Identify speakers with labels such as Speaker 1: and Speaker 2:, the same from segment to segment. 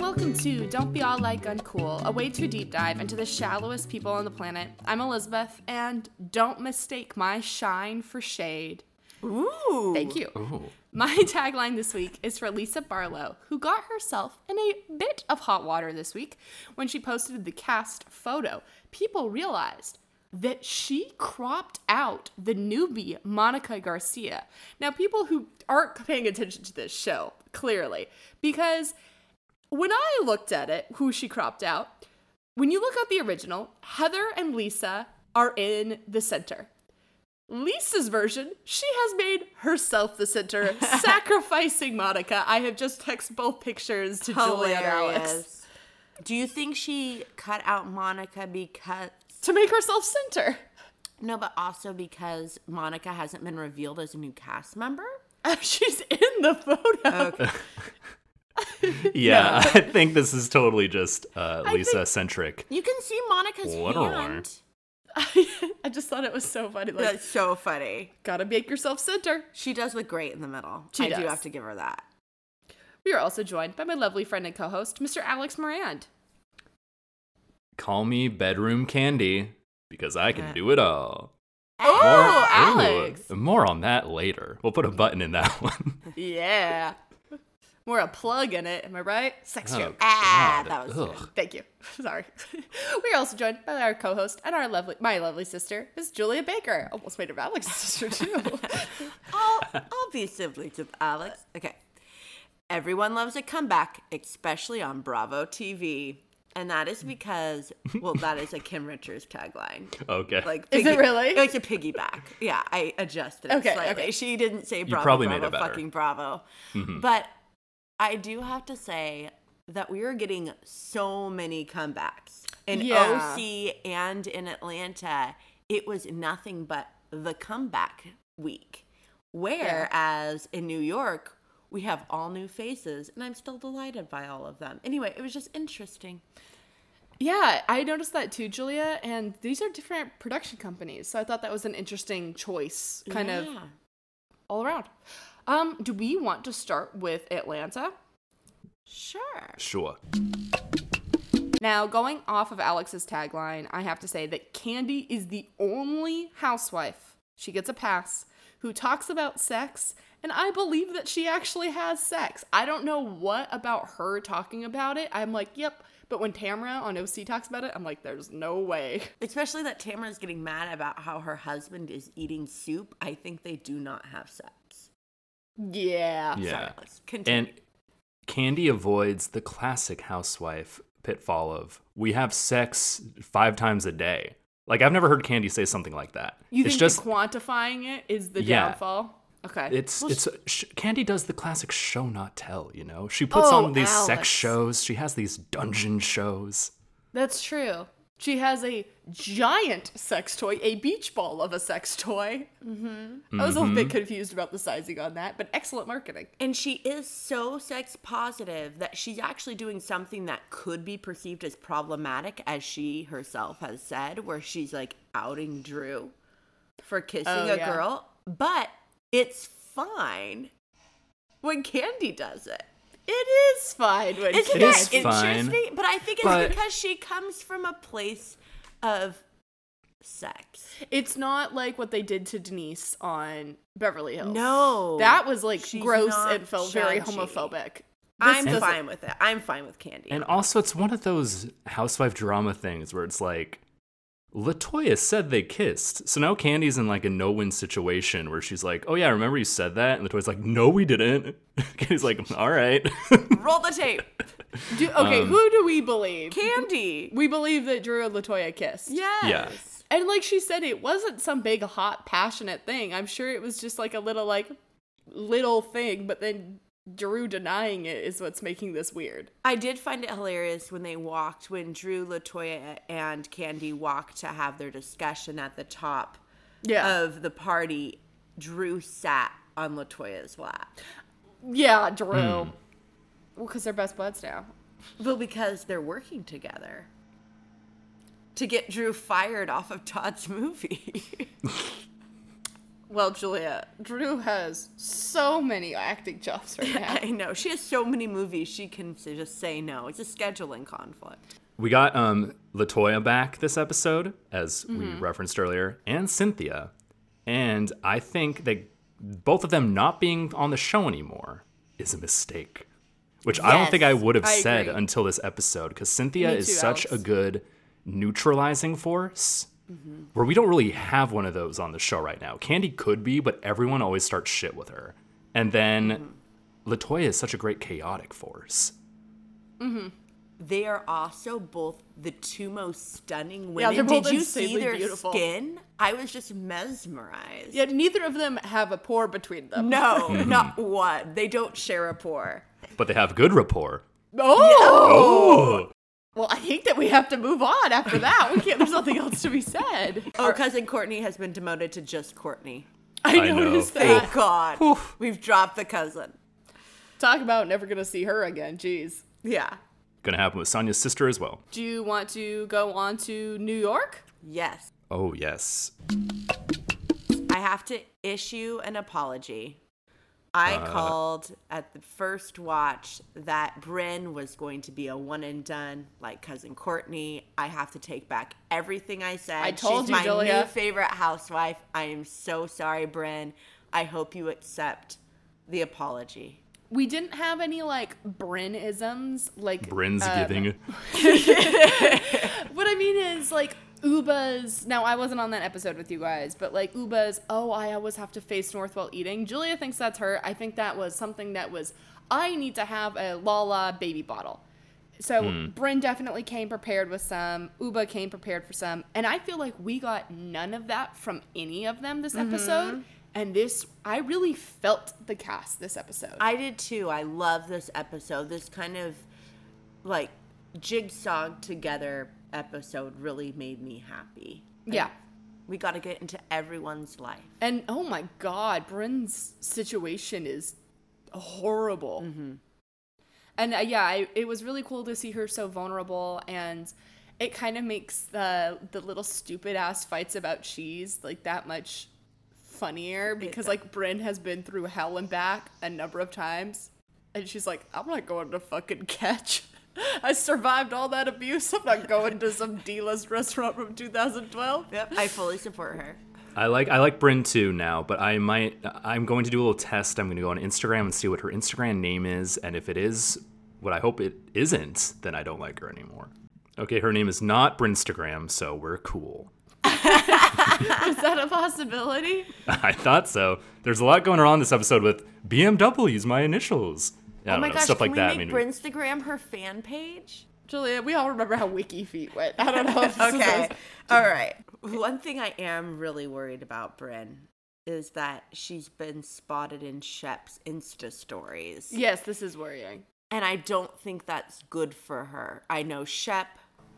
Speaker 1: to Don't Be All Like Uncool, a way too deep dive into the shallowest people on the planet. I'm Elizabeth, and don't mistake my shine for shade.
Speaker 2: Ooh.
Speaker 1: Thank you. My tagline this week is for Lisa Barlow, who got herself in a bit of hot water this week when she posted the cast photo. People realized that she cropped out the newbie Monica Garcia. Now, people who aren't paying attention to this show, clearly, because when I looked at it, who she cropped out, when you look at the original, Heather and Lisa are in the center. Lisa's version, she has made herself the center, sacrificing Monica. I have just texted both pictures to Julia and Alex
Speaker 2: Hilarious. Do you think she cut out Monica because
Speaker 1: to make herself center.
Speaker 2: no, but also because Monica hasn't been revealed as a new cast member?
Speaker 1: She's in the photo.
Speaker 3: Yeah, I think this is totally just uh, Lisa centric.
Speaker 2: You can see Monica's
Speaker 3: Literally.
Speaker 2: hand.
Speaker 1: I just thought it was so funny. Like,
Speaker 2: That's so funny.
Speaker 1: gotta make yourself center.
Speaker 2: She does look great in the middle.
Speaker 1: She
Speaker 2: I do
Speaker 1: does.
Speaker 2: have to give her that.
Speaker 1: We are also joined by my lovely friend and co host, Mr. Alex Morand.
Speaker 3: Call me bedroom candy because I can do it all.
Speaker 1: Oh,
Speaker 3: More- ooh,
Speaker 1: Alex.
Speaker 3: more on that later. We'll put a button in that one.
Speaker 1: Yeah. More a plug in it, am I right? Sex
Speaker 3: Oh,
Speaker 1: joke.
Speaker 2: Ah,
Speaker 3: God.
Speaker 2: that was good.
Speaker 3: Ugh.
Speaker 1: Thank you. Sorry. we are also joined by our co-host and our lovely, my lovely sister, Miss Julia Baker. Almost made her Alex's sister too.
Speaker 2: All, obviously to Alex. Okay. Everyone loves a comeback, especially on Bravo TV. And that is because, well, that is a Kim Richards tagline.
Speaker 3: Okay.
Speaker 2: Like,
Speaker 1: Is it really?
Speaker 2: It's a piggyback. Yeah, I adjusted it
Speaker 1: Okay,
Speaker 2: slightly.
Speaker 1: okay.
Speaker 2: She didn't say Bravo,
Speaker 3: probably made
Speaker 2: Bravo,
Speaker 3: it better. Mm-hmm.
Speaker 2: fucking Bravo. But I do have to say that we are getting so many comebacks in
Speaker 1: Yeah.
Speaker 2: OC and in Atlanta. It was nothing but the comeback week. Whereas in New York, we have all new faces, and I'm still delighted by all of them. Anyway, it was just interesting.
Speaker 1: yeah, I noticed that too, Julia. And these are different production companies, so I thought that was an interesting choice, kind of
Speaker 2: Yeah.
Speaker 1: all around. Um, do we want to start with Atlanta?
Speaker 2: Sure.
Speaker 3: sure.
Speaker 1: Now, going off of Alex's tagline, I have to say that Candy is the only housewife, she gets a pass, who talks about sex, and I believe that she actually has sex. I don't know what about her talking about it. I'm like, yep. But when Tamara on OC talks about it, I'm like, there's no way.
Speaker 2: Especially that Tamara's getting mad about how her husband is eating soup. I think they do not have sex.
Speaker 1: Yeah.
Speaker 3: Yeah.
Speaker 2: Sorry, let's continue.
Speaker 3: And Candy avoids the classic housewife pitfall of we have sex five times a day. Like I've never heard Candy say something like that.
Speaker 1: You
Speaker 3: it's
Speaker 1: think
Speaker 3: just
Speaker 1: that quantifying it is the
Speaker 3: Yeah.
Speaker 1: downfall? Okay.
Speaker 3: it's
Speaker 2: Well,
Speaker 3: it's sh- Candy does the classic show not tell. You know, she puts
Speaker 1: Oh,
Speaker 3: on these
Speaker 1: Alex.
Speaker 3: sex shows. She has these dungeon shows.
Speaker 1: That's true. She has a giant sex toy, a beach ball of a sex toy. Mm-hmm. I was a little bit confused about the sizing on that, but excellent marketing.
Speaker 2: And she is so sex positive that she's actually doing something that could be perceived as problematic, as she herself has said, where she's like outing Drew for kissing
Speaker 1: Oh,
Speaker 2: a
Speaker 1: yeah.
Speaker 2: girl. But it's fine when Candy does it.
Speaker 1: It is fine when
Speaker 2: Isn't
Speaker 3: It
Speaker 2: that
Speaker 3: is fine,
Speaker 2: interesting? But I think it's
Speaker 3: but-
Speaker 2: because she comes from a place of sex.
Speaker 1: it's not like what they did to Denise on Beverly Hills.
Speaker 2: No.
Speaker 1: that was like
Speaker 2: She's
Speaker 1: gross
Speaker 2: not
Speaker 1: and felt very
Speaker 2: judgy.
Speaker 1: homophobic.
Speaker 2: I'm
Speaker 1: doesn't-
Speaker 2: fine with it. I'm fine with Candy.
Speaker 3: And also, it's one of those housewife drama things where it's like, Latoya said they kissed. So now Candy's in like a no win situation where she's like, oh yeah, remember you said that? And Latoya's like, no, we didn't. Candy's like, all right.
Speaker 2: Roll the tape.
Speaker 1: Do, okay, who do we believe?
Speaker 2: Candy.
Speaker 1: we believe that Drew and Latoya kissed.
Speaker 2: Yes.
Speaker 3: Yeah.
Speaker 1: And like she said, it wasn't some big hot passionate thing. I'm sure it was just like a little like little thing, but then Drew denying it is what's making this weird.
Speaker 2: I did find it hilarious when they walked, when Drew, Latoya, and Candy walked to have their discussion at the top
Speaker 1: Uh,
Speaker 2: of the party. Drew sat on Latoya's lap.
Speaker 1: yeah, Drew.
Speaker 3: Hmm.
Speaker 1: Well, Well, because they're best buds now.
Speaker 2: Well, because they're working together to get Drew fired off of Todd's movie.
Speaker 1: Well, Julia, Drew has so many acting jobs right now.
Speaker 2: I know. She has so many movies she can s- just say no. It's a scheduling conflict.
Speaker 3: We got um, Latoya back this episode, as we
Speaker 1: Mm-hmm.
Speaker 3: referenced earlier, and Cynthia. And I think that both of them not being on the show anymore is a mistake, which I don't think I
Speaker 2: Yes,
Speaker 3: would have
Speaker 1: I
Speaker 3: said
Speaker 1: agree.
Speaker 3: until this episode, because Cynthia
Speaker 1: Me
Speaker 3: is
Speaker 1: too, Alex.
Speaker 3: such
Speaker 1: Mm-hmm.
Speaker 3: a good neutralizing force. Where we don't really have one of those on the show right now. Candy could be, but everyone always starts shit with her. And then
Speaker 1: Mm-hmm.
Speaker 3: Latoya is such a great chaotic force.
Speaker 2: They are also both the two most stunning
Speaker 1: Yeah,
Speaker 2: women.
Speaker 1: they're both
Speaker 2: Did you see
Speaker 1: insanely
Speaker 2: their
Speaker 1: beautiful.
Speaker 2: skin? I was just mesmerized.
Speaker 1: Yet neither of them have a pour between them.
Speaker 2: No, not one. They don't share a pour.
Speaker 3: But they have good rapport.
Speaker 1: Oh!
Speaker 3: Oh!
Speaker 1: Well, I think that we have to move on after that. We can't, there's nothing else to be said.
Speaker 2: Oh, cousin Courtney has been demoted to just Courtney.
Speaker 1: I,
Speaker 3: I know.
Speaker 1: noticed that.
Speaker 2: Thank God. We've dropped the cousin.
Speaker 1: Talk about never gonna see her again. Jeez.
Speaker 2: Yeah.
Speaker 3: Gonna happen with Sonya's sister as well.
Speaker 1: Do you want to go on to New York?
Speaker 2: Yes.
Speaker 3: Oh, yes.
Speaker 2: I have to issue an apology. I called at the first watch that Bryn was going to be a one and done, like cousin Courtney. I have to take back everything I said.
Speaker 1: I told
Speaker 2: She's
Speaker 1: you,
Speaker 2: my
Speaker 1: Julia.
Speaker 2: new favorite housewife. I am so sorry, Bryn. I hope you accept the apology.
Speaker 1: We didn't have any like Bryn-isms, like uh,
Speaker 3: Bryn's
Speaker 2: Uh,
Speaker 3: giving.
Speaker 1: What I mean is like Uba's. Now I wasn't on that episode with you guys, but like Uba's. Oh, I always have to face north while eating. Julia thinks that's her. I think that was something that was. I need to have a Lala baby bottle. So Bryn definitely came prepared with some. Uba came prepared for some, and I feel like we got none of that from any of them this episode. And this, I really felt the cast this episode.
Speaker 2: I did too. I love this episode. This kind of like jigsaw together episode really made me happy.
Speaker 1: yeah.
Speaker 2: We got to get into everyone's life.
Speaker 1: And oh my God, Bryn's situation is horrible. And uh, yeah, I, it was really cool to see her so vulnerable, and it kind of makes the the little stupid ass fights about cheese like that much funnier because like Bryn has been through hell and back a number of times, and she's like, I'm not going to fucking catch. I survived all that abuse. I'm not going to some D-list restaurant from 2012.
Speaker 2: Yep. Oh I fully support her.
Speaker 3: I like I like Bryn too now, but I might I'm going to do a little test. I'm gonna go on Instagram and see what her Instagram name is, and if it is what I hope it isn't, then I don't like her anymore. Okay, her name is not Brynstagram, so we're cool.
Speaker 1: Is that a possibility?
Speaker 3: I thought so. There's a lot going on this episode with BMW's my initials. I don't know, stuff
Speaker 2: Oh can
Speaker 3: like
Speaker 2: we
Speaker 3: that. I
Speaker 2: make
Speaker 3: mean,
Speaker 2: Brinstagram her fan page?
Speaker 1: Julia, we all remember how wiki feet went. I don't know. If this is
Speaker 2: Okay.
Speaker 1: us.
Speaker 2: All right. One thing I am really worried about Bryn is that she's been spotted in Shep's Insta stories.
Speaker 1: Yes, this is worrying.
Speaker 2: And I don't think that's good for her. I know Shep.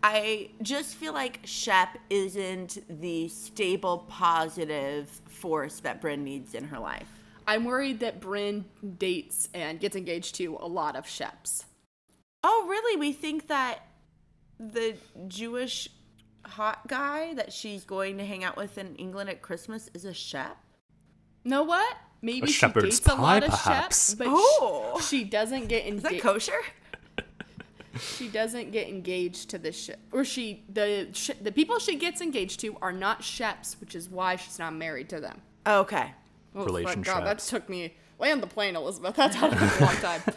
Speaker 2: I just feel like Shep isn't the stable, positive force that Bryn needs in her life.
Speaker 1: I'm worried that Bryn dates and gets engaged to a lot of Sheps.
Speaker 2: Oh, really? We think that the Jewish hot guy that she's going to hang out with in England at Christmas is a chef?
Speaker 1: Know what? Maybe she
Speaker 3: shepherd's
Speaker 1: dates a lot
Speaker 3: pie,
Speaker 1: of
Speaker 3: perhaps.
Speaker 1: Sheps, but
Speaker 2: Oh.
Speaker 1: sh- she, doesn't get
Speaker 2: Is that
Speaker 1: engaged.
Speaker 2: kosher?
Speaker 1: she doesn't get engaged to the sh- or she the sh- the people she gets engaged to are not Sheps, which is why she's not married to them.
Speaker 2: Okay.
Speaker 1: Oh,
Speaker 3: Relation
Speaker 1: fuck, God, that
Speaker 3: traps.
Speaker 1: took me land the plane, Elizabeth. That took me a long time.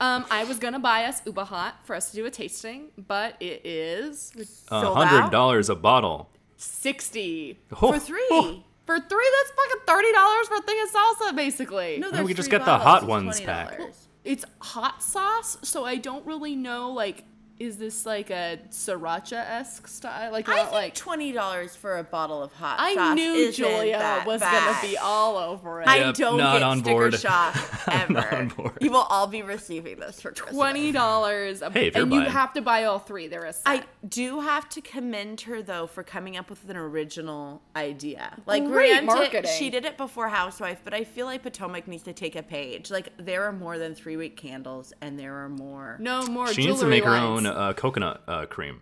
Speaker 1: Um, I was gonna buy us Uba Hot for us to do a tasting, but it is
Speaker 2: Sold
Speaker 3: hundred
Speaker 2: out?
Speaker 3: dollars a bottle Oh,
Speaker 1: sixty
Speaker 2: For three.
Speaker 1: for three. That's fucking thirty dollars for a thing of salsa, basically.
Speaker 2: No,
Speaker 3: we
Speaker 2: there's
Speaker 3: could just
Speaker 2: three
Speaker 3: get the
Speaker 2: bottles.
Speaker 3: hot
Speaker 2: It's
Speaker 3: ones pack.
Speaker 2: $20.
Speaker 1: it's hot sauce, so I don't really know. Like, is this like a sriracha esque style? Like,
Speaker 2: I
Speaker 1: not
Speaker 2: think
Speaker 1: like
Speaker 2: twenty dollars for a bottle of hot sauce.
Speaker 1: I knew
Speaker 2: isn't
Speaker 1: Julia
Speaker 2: that
Speaker 1: was
Speaker 2: bad.
Speaker 1: gonna be all over it.
Speaker 2: I
Speaker 3: Yep,
Speaker 2: don't
Speaker 3: not
Speaker 2: get
Speaker 3: on
Speaker 2: sticker
Speaker 3: board.
Speaker 2: shock ever.
Speaker 3: I'm not on board.
Speaker 2: You will all be receiving this for Christmas.
Speaker 1: Twenty dollars,
Speaker 3: Hey, if you're
Speaker 1: and you
Speaker 3: buying-
Speaker 1: have to buy all three. There is
Speaker 2: I do have to commend her though for coming up with an original idea. Like
Speaker 1: Great
Speaker 2: granted,
Speaker 1: marketing.
Speaker 2: she did it before Housewife, but I feel like Potomac needs to take a page. Like there are more than three week candles, and there are more.
Speaker 1: no more.
Speaker 3: She needs to
Speaker 1: jewelry
Speaker 3: make her
Speaker 1: lines.
Speaker 3: own uh, coconut uh, cream.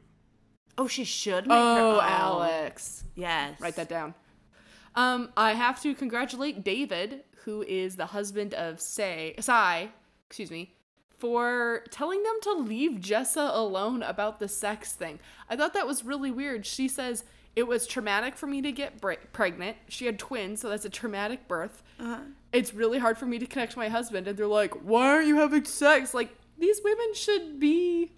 Speaker 2: Oh, she should. Make her
Speaker 1: Oh,
Speaker 2: own.
Speaker 1: Alex.
Speaker 2: Yes.
Speaker 1: Write that down. Um, I have to congratulate David, who is the husband of Say Sai, excuse me, for telling them to leave Jessa alone about the sex thing. I thought that was really weird. She says it was traumatic for me to get bre- pregnant. She had twins, so that's a traumatic birth. It's really hard for me to connect to my husband, and they're like, "Why aren't you having sex?" Like these women should be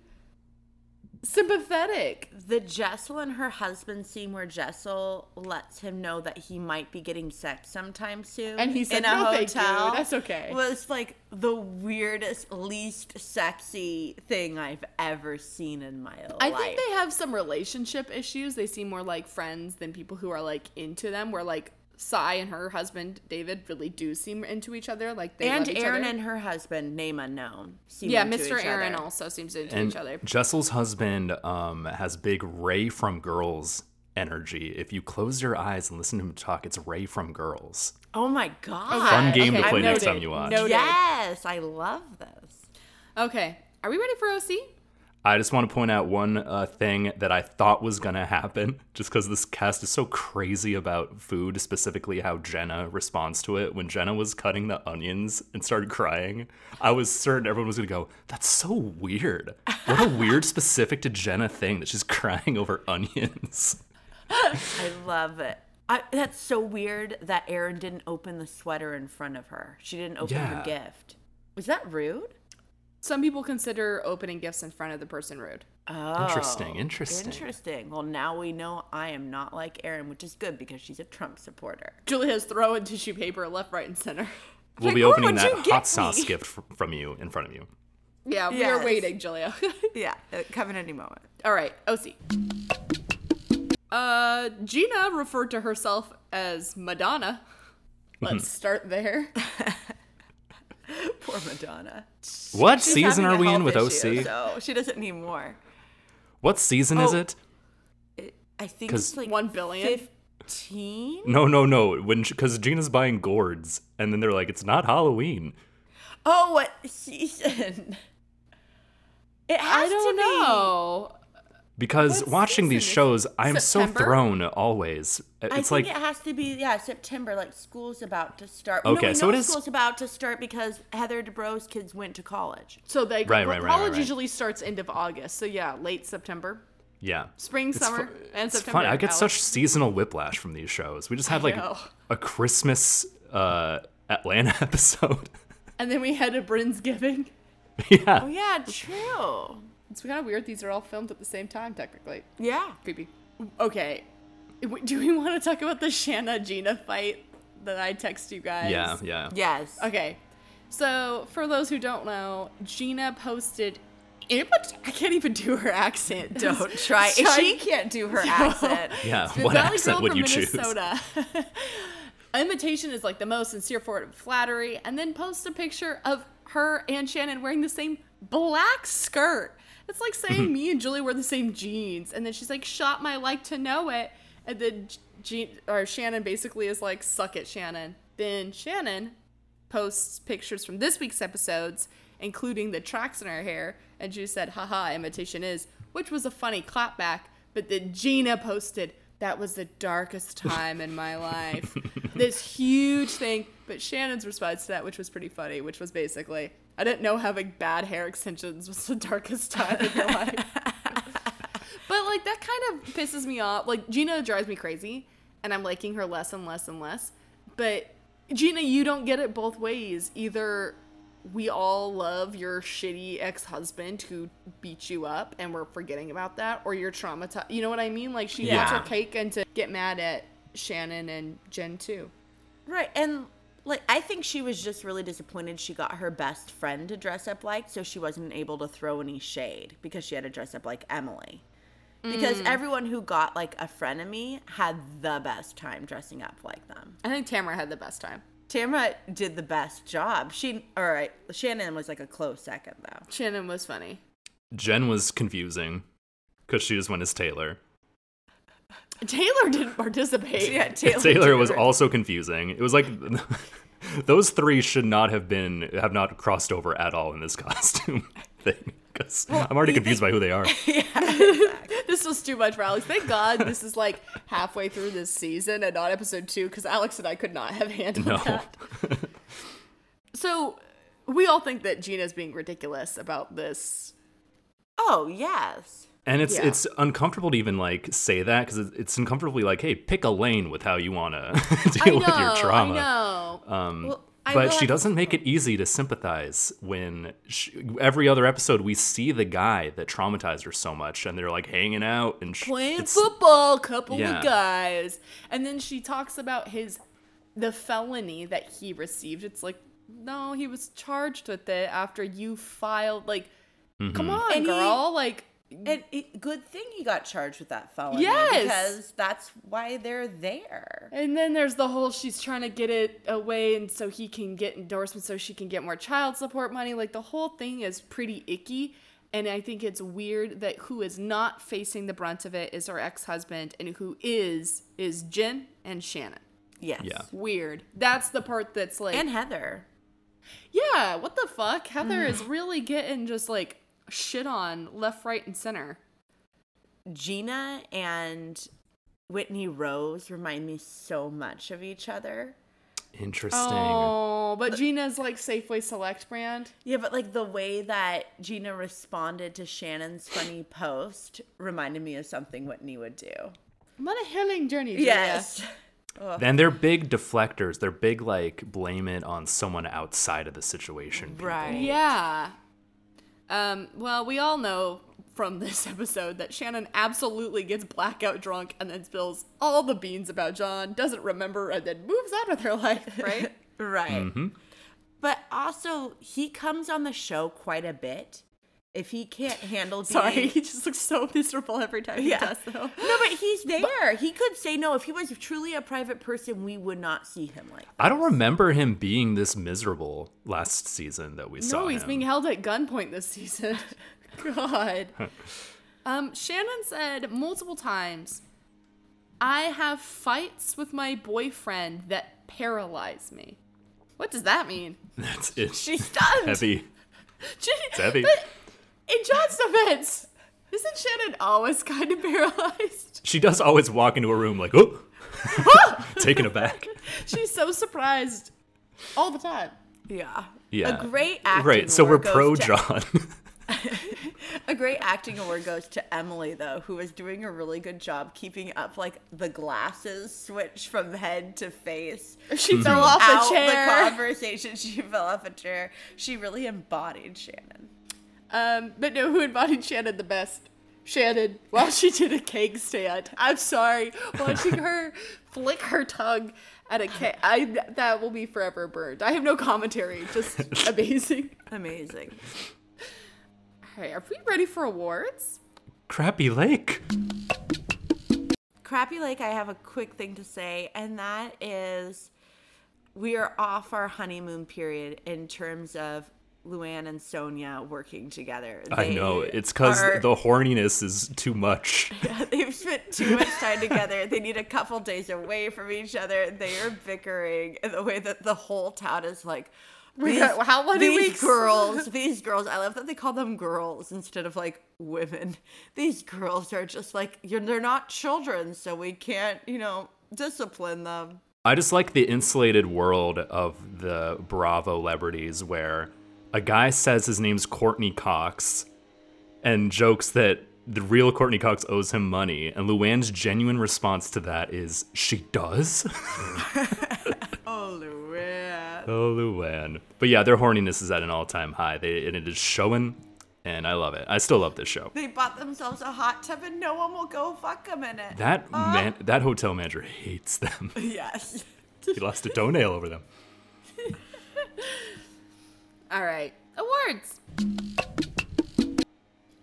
Speaker 1: sympathetic.
Speaker 2: The Jessel and her husband scene where Jessel lets him know that he might be getting sex sometime soon.
Speaker 1: And he said,
Speaker 2: in a
Speaker 1: "No, thank you.
Speaker 2: hotel
Speaker 1: That's okay."
Speaker 2: Was like the weirdest, least sexy thing I've ever seen in my life.
Speaker 1: I think they have some relationship issues. They seem more like friends than people who are like into them. Where like Sai and her husband David really do seem into each other. Like they
Speaker 2: and
Speaker 1: love each
Speaker 2: Aaron
Speaker 1: other.
Speaker 2: and her husband, name unknown. seem
Speaker 1: yeah,
Speaker 2: into
Speaker 1: Mr.
Speaker 2: each
Speaker 1: Aaron
Speaker 2: other.
Speaker 1: also seems into
Speaker 3: and
Speaker 1: each other.
Speaker 3: Jessel's husband um, has big Ray from Girls energy. If you close your eyes and listen to him talk, it's Ray from Girls.
Speaker 2: Oh my god!
Speaker 1: Fun
Speaker 3: Fun game
Speaker 1: okay,
Speaker 3: to play next
Speaker 1: noted,
Speaker 3: time you watch.
Speaker 1: noted.
Speaker 2: Yes, I love this.
Speaker 1: Okay, are we ready for OC?
Speaker 3: I just want to point out one uh, thing that I thought was going to happen, just because this cast is so crazy about food, specifically how Jenna responds to it. When Jenna was cutting the onions and started crying, I was certain everyone was going to go, That's so weird. What a weird, specific to Jenna thing that she's crying over onions.
Speaker 2: I love it. I, that's so weird that Erin didn't open the sweater in front of her. She didn't open her
Speaker 3: Yeah.
Speaker 2: gift. Was that rude?
Speaker 1: Some people consider opening gifts in front of the person rude.
Speaker 2: Oh,
Speaker 3: Interesting, interesting.
Speaker 2: Interesting. Well, now we know I am not like Erin, which is good because she's a Trump supporter.
Speaker 1: Julia's throwing tissue paper left, right, and center.
Speaker 3: We'll
Speaker 2: Like,
Speaker 3: be
Speaker 2: "Oh,
Speaker 3: opening
Speaker 2: what'd
Speaker 3: that
Speaker 2: you get
Speaker 3: hot sauce
Speaker 2: me?"
Speaker 3: gift fr- from you in front of you.
Speaker 1: Yeah, we
Speaker 2: Yes.
Speaker 1: are waiting, Julia.
Speaker 2: Yeah, coming any moment.
Speaker 1: All right, OC. Uh, Gina referred to herself as Madonna.
Speaker 3: Hmm.
Speaker 1: Let's start there.
Speaker 2: Poor Madonna.
Speaker 3: What
Speaker 2: She's having
Speaker 3: season are
Speaker 2: a
Speaker 3: we in
Speaker 2: health
Speaker 3: with
Speaker 2: issue,
Speaker 3: OC?
Speaker 2: So she doesn't need more.
Speaker 3: What season is
Speaker 2: Oh.
Speaker 3: it?
Speaker 2: It, I think
Speaker 3: 'Cause-
Speaker 2: it's like
Speaker 1: One billion.
Speaker 2: Fifteen.
Speaker 3: No, no, no. When because Gina's buying gourds, and then they're like, "It's not Halloween."
Speaker 2: Oh, what season? It has
Speaker 1: I don't
Speaker 2: to be.
Speaker 1: know.
Speaker 3: Because
Speaker 2: What
Speaker 3: watching
Speaker 2: season
Speaker 3: these
Speaker 2: is it?
Speaker 3: shows, I'm so
Speaker 1: September?
Speaker 3: thrown always.
Speaker 2: I
Speaker 3: It's
Speaker 2: think
Speaker 3: like
Speaker 2: it has to be yeah September like school's about to start. no,
Speaker 3: Okay,
Speaker 2: we
Speaker 3: so
Speaker 2: know
Speaker 3: it is-
Speaker 2: school's about to start because Heather DeBro's kids went to college.
Speaker 1: So like
Speaker 3: Right, right, right,
Speaker 1: college
Speaker 3: right, right.
Speaker 1: usually starts end of August. So yeah, late September,
Speaker 3: yeah,
Speaker 1: spring,
Speaker 3: It's
Speaker 1: summer,
Speaker 3: fu-
Speaker 1: and
Speaker 3: it's
Speaker 1: September.
Speaker 3: fun. I get
Speaker 1: Alex.
Speaker 3: such seasonal whiplash from these shows. We just had like
Speaker 1: know.
Speaker 3: a Christmas uh, Atlanta episode.
Speaker 1: And then we had a Brinsgiving.
Speaker 3: yeah,
Speaker 2: Oh yeah, true.
Speaker 1: It's kind of weird. These are all filmed at the same time, technically.
Speaker 2: Yeah.
Speaker 1: Creepy. Okay. W- Do we want to talk about the Shanna Gina fight that I text you guys?
Speaker 3: yeah, yeah.
Speaker 2: Yes.
Speaker 1: Okay. So, for those who don't know, Gina posted. I can't even do her accent.
Speaker 2: Don't try. If she can't do her accent.
Speaker 3: Yeah,
Speaker 1: The
Speaker 3: Uh, what
Speaker 1: Valley
Speaker 3: accent
Speaker 1: Girl
Speaker 3: would
Speaker 1: from
Speaker 3: you choose?
Speaker 1: Minnesota. Imitation is like the most sincere form of flattery, and then post a picture of her and Shannon wearing the same black skirt. It's like saying
Speaker 3: Mm-hmm.
Speaker 1: me and Julie wear the same jeans, and then she's like, "Shot my like to know it," and then Jean or Shannon basically is like, "Suck it, Shannon." Then Shannon posts pictures from this week's episodes, including the tracks in her hair, and she said, haha, imitation is, which was a funny clapback, but then Gina posted, that was the darkest time in my life. this huge thing, but Shannon's response to that, which was pretty funny, which was basically, I didn't know having bad hair extensions was the darkest time in your life. But like that kind of pisses me off. Like Gina drives me crazy, and I'm liking her less and less and less. But Gina, you don't get it both ways. Either we all love your shitty ex-husband who beat you up and we're forgetting about that or you're traumatized. You know what I mean? Like she wants her
Speaker 3: Yeah.
Speaker 1: cake and to get mad at Shannon and Jen too.
Speaker 2: Right. And like I think she was just really disappointed she got her best friend to dress up like, so she wasn't able to throw any shade because she had to dress up like Emily. Because everyone who got like a frenemy had the best time dressing up like them.
Speaker 1: I think Tamara had the best time.
Speaker 2: Tamara did the best job. She all right, Shannon was like a close second though.
Speaker 1: Shannon was funny.
Speaker 3: Jen was confusing because she just went as Taylor.
Speaker 1: Taylor didn't participate.
Speaker 2: Taylor,
Speaker 3: Taylor was also confusing. It was like those three should not have been have not crossed over at all in this costume thing. Because I'm already
Speaker 2: you
Speaker 3: confused by who they are.
Speaker 1: This was too much for Alex. Thank God this is like halfway through this season and not episode two, because Alex and I could not have handled
Speaker 3: No.
Speaker 1: that. So we all think that Gina's being ridiculous about this.
Speaker 2: Oh, yes.
Speaker 3: And it's
Speaker 1: Yeah.
Speaker 3: it's uncomfortable to even like say that because it's, it's uncomfortably like, hey, pick a lane with how you want to deal with your trauma. Um,
Speaker 1: I know.
Speaker 2: Well, I
Speaker 3: But
Speaker 2: will
Speaker 3: she
Speaker 2: have-
Speaker 3: doesn't make it easy to sympathize when she, every other episode we see the guy that traumatized her so much, and they're like hanging out and sh-
Speaker 1: playing
Speaker 3: it's-
Speaker 1: football, couple
Speaker 3: Yeah.
Speaker 1: of guys, and then she talks about his the felony that he received. It's like, no, he was charged with it after you filed. Like,
Speaker 3: Mm-hmm.
Speaker 1: come on,
Speaker 2: And he-
Speaker 1: girl. like,
Speaker 2: And it, good thing he got charged with that felony.
Speaker 1: Yes.
Speaker 2: Because that's why they're there.
Speaker 1: And then there's the whole she's trying to get it away and so he can get endorsements so she can get more child support money. Like the whole thing is pretty icky. And I think it's weird that who is not facing the brunt of it is her ex husband and who is is Jen and Shannon.
Speaker 2: Yes.
Speaker 3: Yeah.
Speaker 1: Weird. That's the part that's like
Speaker 2: And Heather.
Speaker 1: Yeah, what the fuck? Heather is really getting just like shit on left, right, and center.
Speaker 2: Gina and Whitney Rose remind me so much of each other.
Speaker 3: interesting.
Speaker 1: Oh, but Gina's like Safeway Select brand.
Speaker 2: Yeah, but like the way that Gina responded to Shannon's funny post reminded me of something Whitney would do.
Speaker 1: I'm on a healing journey. Gina.
Speaker 2: Yes.
Speaker 3: Then they're big deflectors. They're big like blame it on someone outside of the situation. people.
Speaker 2: Right.
Speaker 1: Yeah. Um, well, we all know from this episode that Shannon absolutely gets blackout drunk and then spills all the beans about John, doesn't remember, and then moves out of their life, right?
Speaker 2: Right.
Speaker 3: Mm-hmm.
Speaker 2: But also, he comes on the show quite a bit. If he can't handle being
Speaker 1: Sorry, he just looks so miserable every time he
Speaker 2: Yeah.
Speaker 1: does, though.
Speaker 2: No, but he's there. he could say no. If he was truly a private person, we would not see him like.
Speaker 3: I don't remember him being this miserable last season that we saw.
Speaker 1: No, he's
Speaker 3: him.
Speaker 1: being held at gunpoint this season. God. um, Shannon said multiple times, I have fights with my boyfriend that paralyze me. What does that mean?
Speaker 3: That's it.
Speaker 1: She's stunned.
Speaker 3: heavy.
Speaker 1: Jen-
Speaker 3: heavy.
Speaker 1: But in John's defense, isn't Shannon always kind of paralyzed?
Speaker 3: She does always walk into a room like, oh, taken aback.
Speaker 1: She's so surprised all the time.
Speaker 2: Yeah.
Speaker 3: Yeah.
Speaker 2: A great acting.
Speaker 3: Right. So we're
Speaker 2: award
Speaker 3: pro
Speaker 2: goes to-
Speaker 3: John.
Speaker 2: A great acting award goes to Emily though, who is doing a really good job keeping up like the glasses switch from head to face.
Speaker 1: She fell off
Speaker 2: Out
Speaker 1: a chair.
Speaker 2: the conversation, she fell off a chair. She really embodied Shannon.
Speaker 1: Um, but no, who embodied Shannon the best? Shannon, while she did a cake stand. I'm sorry, watching her flick her tongue at a cake. I that will be forever burned. I have no commentary. Just amazing.
Speaker 2: Amazing.
Speaker 1: All right, are we ready for awards?
Speaker 3: Crappy Lake.
Speaker 2: Crappy Lake, I have a quick thing to say, and that is we are off our honeymoon period in terms of Luann and Sonia working together.
Speaker 3: I
Speaker 2: They
Speaker 3: know. It's because
Speaker 2: are-
Speaker 3: the horniness is too much.
Speaker 2: they've spent too much time together. They need a couple days away from each other. They are bickering in the way that the whole town is like,
Speaker 1: We
Speaker 2: "These-
Speaker 1: got- how many
Speaker 2: these
Speaker 1: weeks?"
Speaker 2: girls, these girls. I love that they call them girls instead of like women. These girls are just like you're, they're not children, so we can't, you know, discipline them.
Speaker 3: I just like the insulated world of the Bravo celebrities where a guy says his name's Courtney Cox and jokes that the real Courtney Cox owes him money. And Luann's genuine response to that is, she does?
Speaker 2: Oh, Luann.
Speaker 3: oh, Luann. But yeah, their horniness is at an all time high. They, and it is showing, and I love it. I still love this show.
Speaker 2: They bought themselves a hot tub, and no one will go fuck them in it. Ah,
Speaker 3: That man, that hotel manager hates them.
Speaker 2: yes.
Speaker 3: he lost a toenail over them.
Speaker 1: All right, awards.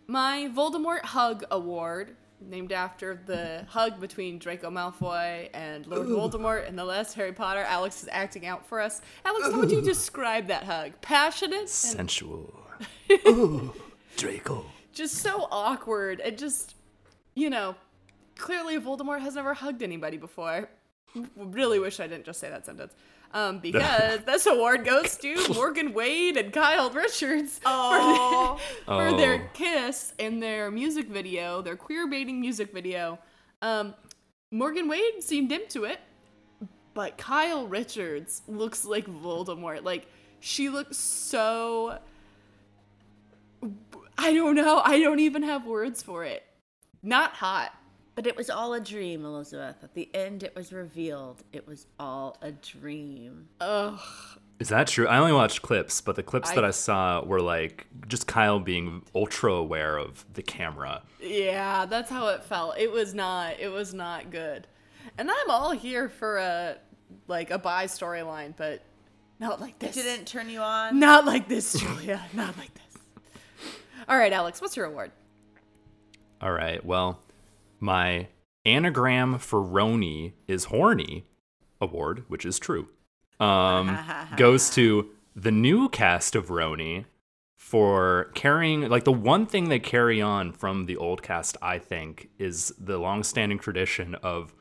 Speaker 1: My Voldemort Hug Award, named after the hug between Draco Malfoy and Lord Voldemort in the last Harry Potter. Alex is acting out for us. Alex, how would you describe that hug? Passionate and
Speaker 3: Sensual. Ooh, Draco.
Speaker 1: just so awkward and just, you know, clearly Voldemort has never hugged anybody before. really wish I didn't just say that sentence. Um, because this award goes to Morgan Wade and Kyle Richards
Speaker 2: Oh.
Speaker 1: for, their, for their
Speaker 3: Oh.
Speaker 1: kiss in their music video, their queer baiting music video. Um, Morgan Wade seemed into it, but Kyle Richards looks like Voldemort. Like she looks so. I don't know. I don't even have words for it. Not hot.
Speaker 2: But it was all a dream, Elizabeth. At the end, it was revealed it was all a dream.
Speaker 1: Ugh.
Speaker 3: Is that true? I only watched clips, but the clips
Speaker 1: I-
Speaker 3: that I saw were like just Kyle being ultra aware of the camera.
Speaker 1: Yeah, that's how it felt. It was not. It was not good. And I'm all here for a like a bi storyline, but not like
Speaker 2: It
Speaker 1: this.
Speaker 2: didn't turn you on.
Speaker 1: Not like this, Julia. not like this. All right, Alex. What's your award?
Speaker 3: All right. Well, my anagram for Roni is horny award, which is true. Um, goes to the new cast of Roni for carrying like the one thing they carry on from the old cast. I think is the longstanding tradition of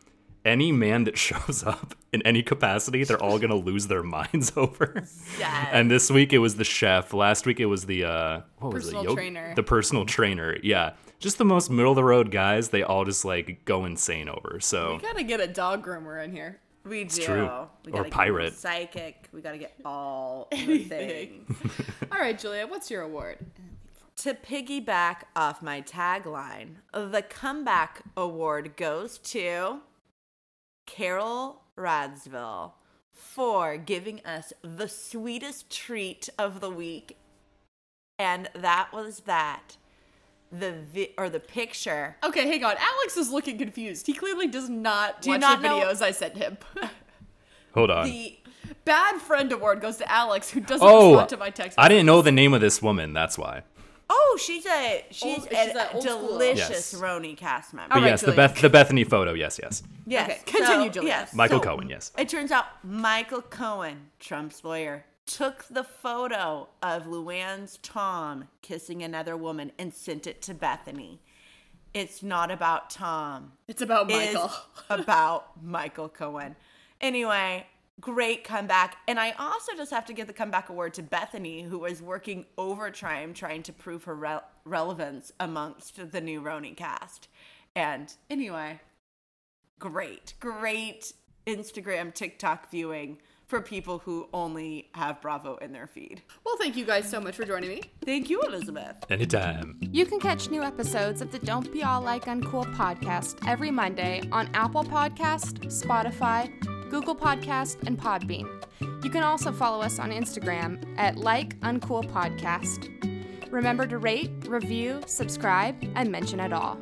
Speaker 3: any man that shows up in any capacity, they're all gonna lose their minds over.
Speaker 2: Yes.
Speaker 3: And this week it was the chef. Last week it was the uh, what was it?
Speaker 1: Personal
Speaker 3: Yo-
Speaker 1: trainer.
Speaker 3: The personal trainer. Yeah, just the most middle of the road guys. They all just like go insane over. So
Speaker 1: We gotta get a dog groomer in here.
Speaker 2: We do.
Speaker 3: true.
Speaker 2: We
Speaker 3: Or
Speaker 2: gotta get
Speaker 3: pirate.
Speaker 2: Psychic. We got to get all the things.
Speaker 1: All right, Julia. What's your award?
Speaker 2: To piggyback off my tagline, the comeback award goes to Carol Radsville for giving us the sweetest treat of the week. And that was that the vi- or the picture.
Speaker 1: Okay, hang on. Alex is looking confused. He clearly does not
Speaker 2: Do you
Speaker 1: watch
Speaker 2: not
Speaker 1: the
Speaker 2: know-
Speaker 1: videos I sent him.
Speaker 3: hold on.
Speaker 1: the bad friend award goes to Alex, who doesn't
Speaker 3: oh,
Speaker 1: respond to my text.
Speaker 3: I didn't know the name of this woman. That's why.
Speaker 2: Oh, she's a she's,
Speaker 1: Old-
Speaker 2: a,
Speaker 1: she's a old school.
Speaker 2: delicious
Speaker 3: Yes.
Speaker 2: Roni cast member.
Speaker 1: All
Speaker 3: But
Speaker 1: right,
Speaker 3: yes,
Speaker 1: Julia.
Speaker 3: the Beth, the Bethany photo. Yes, yes.
Speaker 2: Yes.
Speaker 1: Okay, continue, Julia.
Speaker 3: Michael Cohen, yes.
Speaker 2: It turns out Michael Cohen, Trump's lawyer, took the photo of Luann's Tom kissing another woman and sent it to Bethany. It's not about Tom.
Speaker 1: It's about
Speaker 2: It's
Speaker 1: Michael.
Speaker 2: about Michael Cohen. Anyway, great comeback. And I also just have to give the comeback award to Bethany, who was working overtime trying to prove her re- relevance amongst the new Roni cast. And anyway, great, great Instagram, TikTok viewing for people who only have Bravo in their feed.
Speaker 1: Well, thank you guys so much for joining me.
Speaker 2: Thank you, Elizabeth.
Speaker 3: Anytime.
Speaker 1: You can catch new episodes of the Don't Be All Like Uncool podcast every Monday on Apple Podcast, Spotify, Google Podcast, and Podbean. You can also follow us on Instagram at Like Uncool Podcast. Remember to rate, review, subscribe, and mention it all.